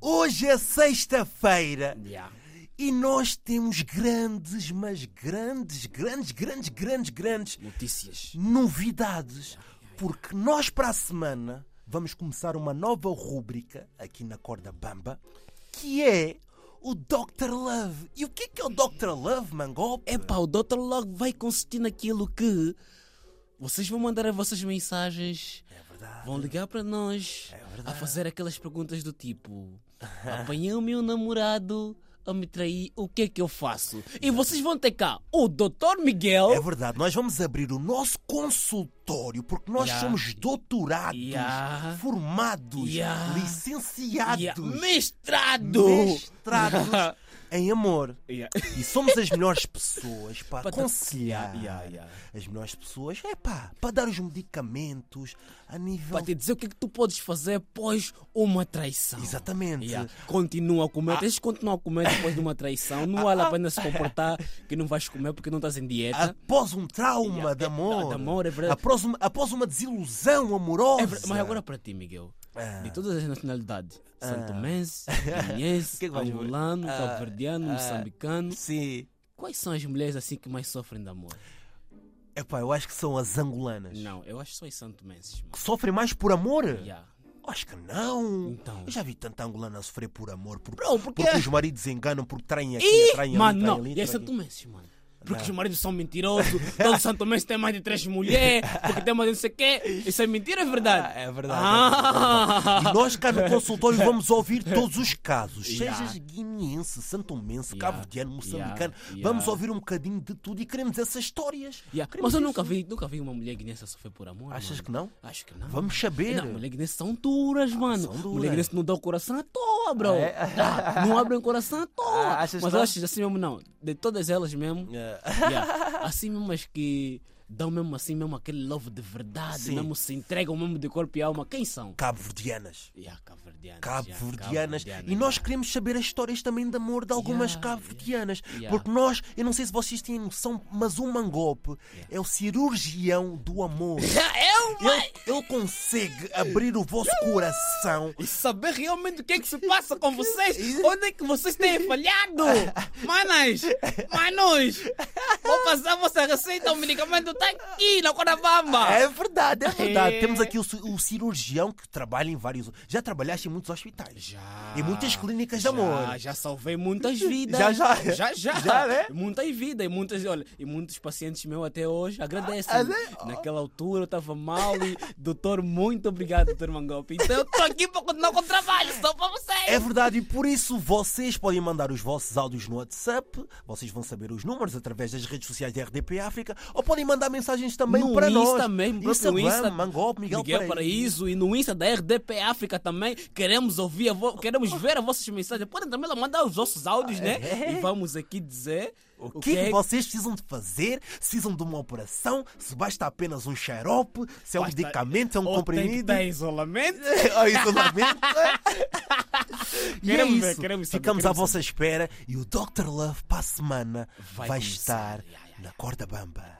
Hoje é sexta-feira Yeah. e nós temos grandes, mas grandes, grandes, grandes, grandes, grandes Notícias. novidades. Porque nós, para a semana, vamos começar uma nova rúbrica aqui na Corda Bamba que é o Dr. Love. E o que é, que é o Dr. Love, Mangol? É Epá, o Dr. Log vai consistir naquilo que vocês vão mandar as vossas mensagens, É verdade. É vão ligar para nós, verdade. a fazer aquelas perguntas do tipo: apanhei o meu namorado a me trair, o que é que eu faço? E vocês vão ter cá o Dr. Miguel. É verdade, nós vamos abrir o nosso consultório porque nós Yeah. somos doutorados, Yeah. formados, Yeah. licenciados, Yeah, mestrado! mestrados em amor. Yeah. E somos as melhores pessoas para Para aconselhar Yeah, yeah. as melhores pessoas, é pá, para dar os medicamentos a nível. Para te dizer o que é que tu podes fazer após uma traição. Exatamente. Yeah. Continua a Ah. comer, tens de continuar a comer depois de uma traição. Não vale a pena se comportar que não vais comer porque não estás em dieta. Após um trauma Yeah, de é- amor, de amor, é verdade. após, uma, após uma desilusão É amorosa. ver- Mas agora para ti, Miguel, de todas as nacionalidades, santomense, Ah. O que é guineense, que vais- angolano, Ah, cabo-verdiano, ah. moçambicano, Sim. quais são as mulheres assim que mais sofrem de amor? Epá, É eu acho que são as angolanas. Não, eu acho que são as santomenses, mano. Que sofrem mais por amor? Yeah. Acho que não. Então. Eu Hum. já vi tanta angolana a sofrer por amor. Por, Bro, porque- os maridos enganam, porque traem aqui, Ih, traem ali, mano, traem não, ali. e é traem Santo Messi, mano. Porque Não. os maridos são mentirosos, todo Santo Messi tem mais de três mulheres, porque tem mais de não sei o quê. Isso é mentira, é verdade? Ah, é verdade, é Ah. E nós cá no consultório vamos ouvir todos os casos, Yeah. sejas guineense, santomense, Yeah. cabo-verdiano, moçambicano. Yeah. Yeah. Vamos ouvir um bocadinho de tudo e queremos essas histórias. Yeah, Queremos Mas eu isso. nunca vi, nunca vi uma mulher guinense a sofrer por amor. Achas mano. que não? Acho que não. Vamos saber. Não, mulher guinense são duras, mano. são duras. Mulher guinense não dá o coração à toa, bro. Ah, é? Ah, não abrem o coração à toa. Ah, achas Mas não? eu acho assim mesmo, não. De todas elas mesmo, Yeah. Yeah. Assim mesmo as que dão mesmo assim mesmo aquele love de verdade, Sim. mesmo se entregam mesmo de corpo e alma, quem são? Cabo-verdianas. Yeah, cabo-verdianas. Cabo-verdianas. e nós queremos saber as histórias também de amor de algumas Yeah, cabo-verdianas. yeah. Porque nós, eu não sei se vocês têm noção, mas o Mangope é o cirurgião do amor. Eu, Ele, ele consegue abrir o vosso coração E saber realmente o que é que se passa com vocês, onde é que vocês têm falhado. Manas, manos, vou passar vossa receita, o medicamento está aqui na Corabamba. É verdade, é verdade. É. Temos aqui o, ci- o cirurgião que trabalha em vários. Já trabalhaste em muitos hospitais. Já. Em muitas clínicas de já, amor. Já salvei muitas vidas. Já, já. Já, já. Já, né? Muitas vidas. E, muitas, olha, e muitos pacientes meus até hoje agradecem. Ah, né? Naquela altura eu estava mal e, doutor, muito obrigado, doutor Mangope. Então eu estou aqui para continuar com o trabalho, só para vocês. É verdade, e por isso vocês podem mandar os vossos áudios no WhatsApp, vocês vão saber os números através das redes sociais da RDP África, ou podem mandar mensagens também no para Insta nós. mesmo, próprio Instagram, Insta. é Mangope, Miguel, Paraíso. Paraíso. E no Insta da RDP África também. Queremos ouvir, a vo- queremos ver as vossas mensagens. Podem também mandar os vossos áudios, né? É. E vamos aqui dizer O que, é que vocês precisam de fazer? Precisam de uma operação? Se basta apenas um xarope? Se é um Basta- medicamento? É um ou tem que comprimido? É ter isolamento. Ao isolamento. e é Queremos ver, isso. queremos saber, Ficamos à queremos vossa espera e o Dr. Love para a semana vai, Vai estar começar. Ya, ya, na corda bamba.